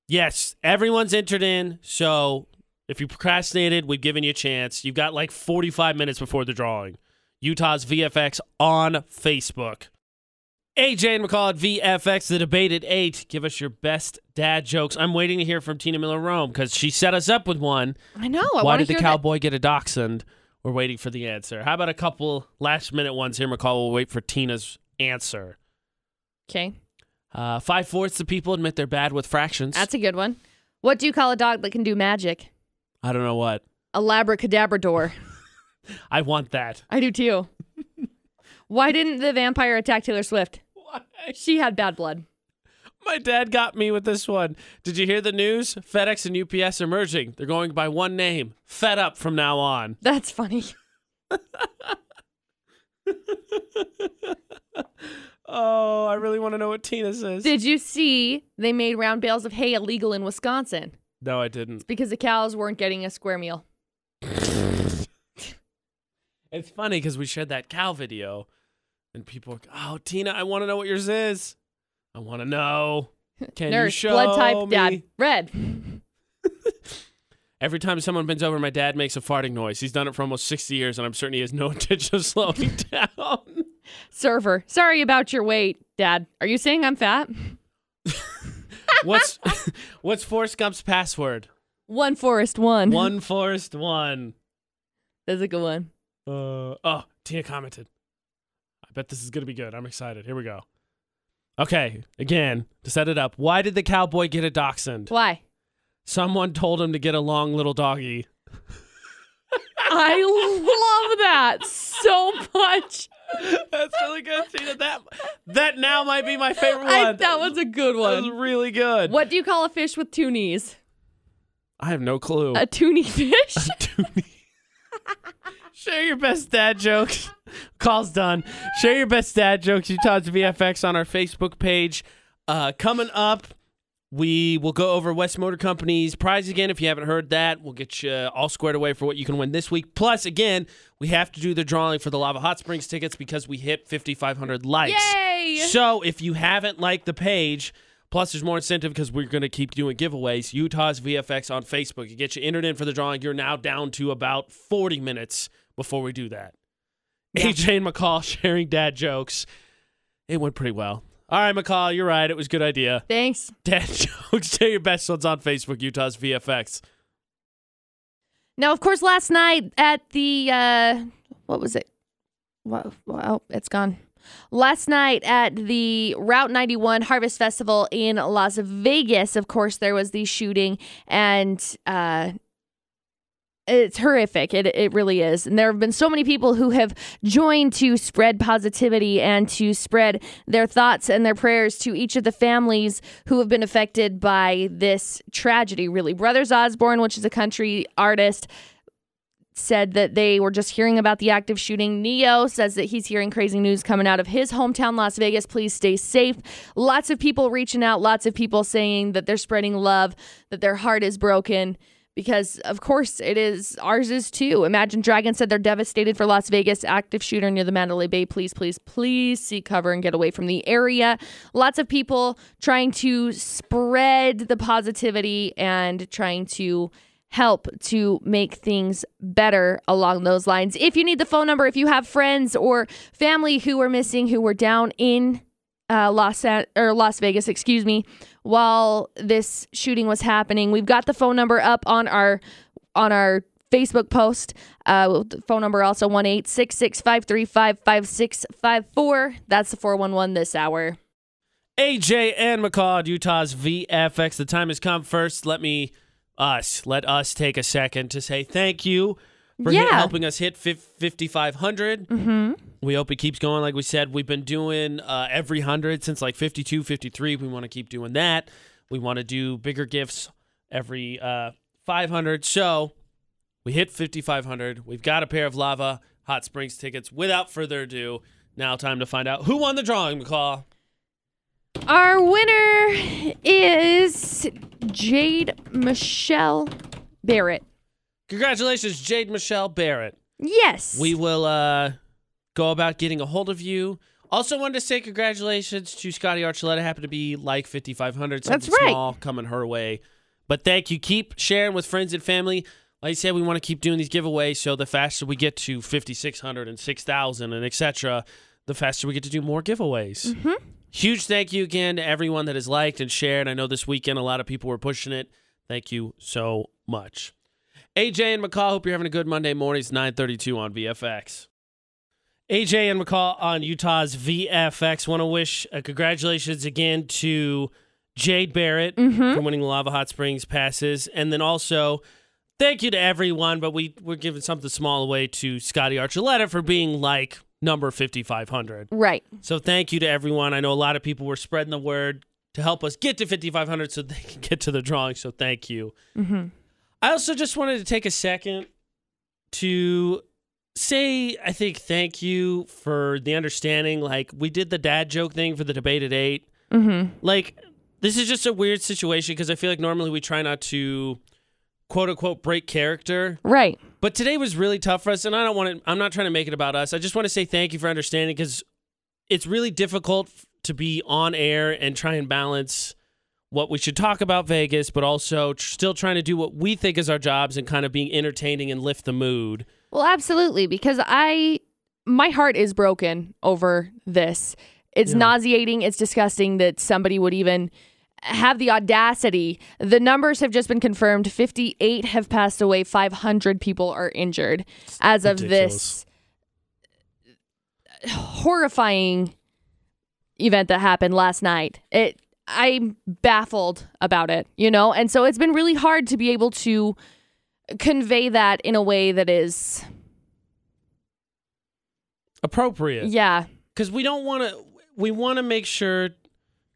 [SPEAKER 1] Yes, everyone's entered in. So if you procrastinated, we've given you a chance. You've got like 45 minutes before the drawing. Utah's VFX on Facebook. AJ and McCall at VFX, the debate at 8. Give us your best dad jokes. I'm waiting to hear from Tina Miller Rome because she set us up with one.
[SPEAKER 2] I know. I
[SPEAKER 1] Why
[SPEAKER 2] wanna
[SPEAKER 1] did the
[SPEAKER 2] hear
[SPEAKER 1] cowboy get a dachshund? We're waiting for the answer. How about a couple last minute ones here, McCall? We'll wait for Tina's answer.
[SPEAKER 2] That- okay,
[SPEAKER 1] Uh, Five fourths of people admit they're bad with fractions.
[SPEAKER 2] that's a good one. What do you call a dog that can do magic?
[SPEAKER 1] I don't know what.
[SPEAKER 2] A labracadabrador.
[SPEAKER 1] I want that.
[SPEAKER 2] I do too. Why didn't the vampire attack Taylor Swift? She had bad blood.
[SPEAKER 1] My dad got me with this one. Did you hear the news? FedEx and UPS are merging. They're going by one name, Fed Up from now on.
[SPEAKER 2] That's funny.
[SPEAKER 1] oh, I really want to know what Tina says.
[SPEAKER 2] Did you see they made round bales of hay illegal in Wisconsin
[SPEAKER 1] no, I didn't.
[SPEAKER 2] because the cows weren't getting a square meal?
[SPEAKER 1] It's funny because we shared that cow video, and people are, oh, Tina, I want to know what yours is. I want to know. Can you
[SPEAKER 2] Nurse,
[SPEAKER 1] show
[SPEAKER 2] blood type,
[SPEAKER 1] me?
[SPEAKER 2] dad, red.
[SPEAKER 1] Every time someone bends over, my dad makes a farting noise. He's done it for almost 60 years, and I'm certain he has no intention of slowing down.
[SPEAKER 2] Server, sorry about your weight, dad. Are you saying I'm fat?
[SPEAKER 1] what's what's Forrest Gump's password?
[SPEAKER 2] One forest, one.
[SPEAKER 1] One Forrest one.
[SPEAKER 2] That's a good one.
[SPEAKER 1] Uh, oh, Tina commented. I bet this is gonna be good. I'm excited. Here we go. Okay, again to set it up. Why did the cowboy get a dachshund?
[SPEAKER 2] Why?
[SPEAKER 1] Someone told him to get a long little doggy.
[SPEAKER 2] I love that so much.
[SPEAKER 1] That's really good, Tina. That that now might be my favorite one.
[SPEAKER 2] I, that was a good
[SPEAKER 1] That was
[SPEAKER 2] one.
[SPEAKER 1] really good.
[SPEAKER 2] What do you call a fish with two knees?
[SPEAKER 1] I have no clue.
[SPEAKER 2] A toonie fish?
[SPEAKER 1] Toonie. Share your best dad jokes. Call's done. Share your best dad jokes, Utah's VFX, on our Facebook page. Uh, coming up, we will go over West Motor Company's prize again. If you haven't heard that, we'll get you all squared away for what you can win this week. Plus, again, we have to do the drawing for the Lava Hot Springs tickets because we hit 5,500 likes.
[SPEAKER 2] Yay!
[SPEAKER 1] So if you haven't liked the page, plus there's more incentive because we're going to keep doing giveaways. Utah's VFX on Facebook. You get you entered in for the drawing. You're now down to about 40 minutes before we do that. AJ and McCall sharing dad jokes. It went pretty well. All right, McCall, you're right. It was a good idea.
[SPEAKER 2] Thanks.
[SPEAKER 1] Dad jokes, share your best ones on Facebook, Utah's VFX.
[SPEAKER 2] Now, of course, last night at the uh, what was it? Wow, wow, it's gone. Last night at the Route 91 Harvest Festival in Las Vegas, of course, there was the shooting, and uh, it's horrific. It it really is, and there have been so many people who have joined to spread positivity and to spread their thoughts and their prayers to each of the families who have been affected by this tragedy. Really, Brothers Osborne, which is a country artist, said that they were just hearing about the active shooting. Neo says that he's hearing crazy news coming out of his hometown, Las Vegas. Please stay safe. Lots of people reaching out, lots of people saying that they're spreading love, that their heart is broken. Because of course it is, ours is too. Imagine Dragon said they're devastated for Las Vegas active shooter near the Mandalay Bay. Please, please, please seek cover and get away from the area. Lots of people trying to spread the positivity and trying to help to make things better along those lines. If you need the phone number, if you have friends or family who were missing, who were down in uh, Los An- or Las Vegas, excuse me, while this shooting was happening, we've got the phone number up on our on our Facebook post. Uh, the phone number also one eight six six five three five five six five four. That's the four one one this hour.
[SPEAKER 1] AJ and McCall at Utah's VFX. The time has come. First, let me us let us take a second to say thank you for hit-
[SPEAKER 2] Yeah.
[SPEAKER 1] helping us hit fif- 5500.
[SPEAKER 2] Mm-hmm.
[SPEAKER 1] We hope it keeps going. Like we said, we've been doing uh, every 100 since like 52, 53. We want to keep doing that. We want to do bigger gifts every uh, 500. So we hit 5500. We've got a pair of lava hot springs tickets. Without further ado, now time to find out who won the drawing, McCall.
[SPEAKER 2] Our winner is Jade Michelle Barrett.
[SPEAKER 1] Congratulations, Jade Michelle Barrett.
[SPEAKER 2] Yes.
[SPEAKER 1] We will uh, go about getting a hold of you. Also, wanted to say congratulations to Scotty Archuleta. Happened to be like 5,500.
[SPEAKER 2] That's
[SPEAKER 1] something
[SPEAKER 2] right.
[SPEAKER 1] Small coming her way. But thank you. Keep sharing with friends and family. Like I said, we want to keep doing these giveaways. So the faster we get to 5,600 and 6,000 and etc., the faster we get to do more giveaways. Huge thank you again to everyone that has liked and shared. I know this weekend a lot of people were pushing it. Thank you so much. AJ and McCall, hope you're having a good Monday morning. It's 932 on VFX. AJ and McCall on Utah's VFX. Want to wish uh, congratulations again to Jade Barrett
[SPEAKER 2] Mhm.
[SPEAKER 1] for winning the Lava Hot Springs passes. And then also, thank you to everyone, but we, we're giving something small away to Scotty Archuleta for being like number 5,500.
[SPEAKER 2] Right.
[SPEAKER 1] So thank you to everyone. I know a lot of people were spreading the word, to help us get to 5,500 so they can get to the drawing. So thank you.
[SPEAKER 2] Mm-hmm.
[SPEAKER 1] I also just wanted to take a second to say, I think, thank you for the understanding. Like, we did the dad joke thing for the debate at eight.
[SPEAKER 2] Mm-hmm.
[SPEAKER 1] Like, this is just a weird situation because I feel like normally we try not to quote unquote break character.
[SPEAKER 2] Right.
[SPEAKER 1] But today was really tough for us, and I don't want to. I'm not trying to make it about us. I just want to say thank you for understanding because it's really difficult f- to be on air and try and balance what we should talk about Vegas, but also tr- still trying to do what we think is our jobs and kind of being entertaining and lift the mood.
[SPEAKER 2] Well, absolutely, because I my heart is broken over this. It's
[SPEAKER 1] Yeah.
[SPEAKER 2] nauseating, it's disgusting that somebody would even have the audacity. The numbers have just been confirmed. 58 have passed away, 500 people are injured as of
[SPEAKER 1] ridiculous.
[SPEAKER 2] this horrifying event that happened last night. It I'm baffled about it, you know? And so it's been really hard to be able to convey that in a way that is
[SPEAKER 1] Appropriate.
[SPEAKER 2] yeah
[SPEAKER 1] because we don't want to we want to make sure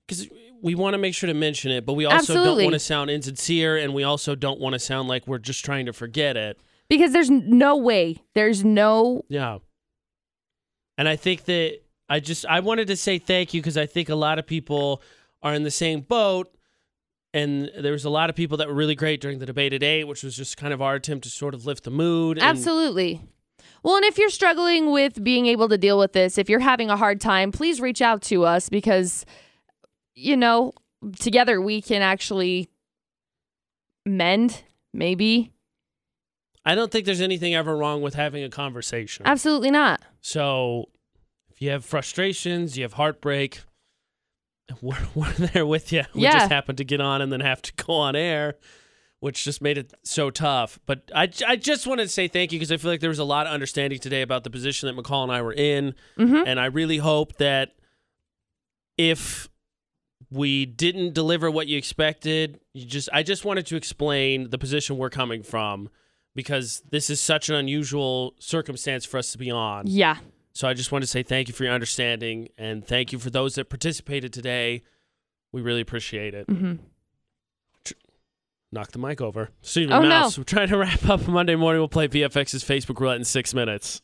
[SPEAKER 1] because we want to make sure to mention it but we also don't
[SPEAKER 2] Absolutely.
[SPEAKER 1] want to sound insincere and we also don't want to sound like we're just trying to forget it
[SPEAKER 2] because there's n- no way there's no
[SPEAKER 1] yeah and i think that i just i wanted to say thank you because i think a lot of people are in the same boat and there was a lot of people that were really great during the debate today which was just kind of our attempt to sort of lift the mood and-
[SPEAKER 2] absolutely well and if you're struggling with being able to deal with this if you're having a hard time please reach out to us because you know together we can actually mend maybe
[SPEAKER 1] i don't think there's anything ever wrong with having a conversation
[SPEAKER 2] absolutely not
[SPEAKER 1] So if you have frustrations, you have heartbreak, we're, we're there with you. We
[SPEAKER 2] Yeah.
[SPEAKER 1] just happened to get on and then have to go on air, which just made it so tough. But I, I just wanted to say thank you because I feel like there was a lot of understanding today about the position that McCall and I were in.
[SPEAKER 2] Mhm.
[SPEAKER 1] And I really hope that if we didn't deliver what you expected, you just I just wanted to explain the position we're coming from because this is such an unusual circumstance for us to be on.
[SPEAKER 2] yeah
[SPEAKER 1] So I just want to say thank you for your understanding and thank you for those that participated today. We really appreciate it.
[SPEAKER 2] hmm
[SPEAKER 1] Knock the mic over. Stephen
[SPEAKER 2] Oh, no.
[SPEAKER 1] Mouse, we're trying to wrap up Monday morning. We'll play VFX's Facebook Roulette in six minutes.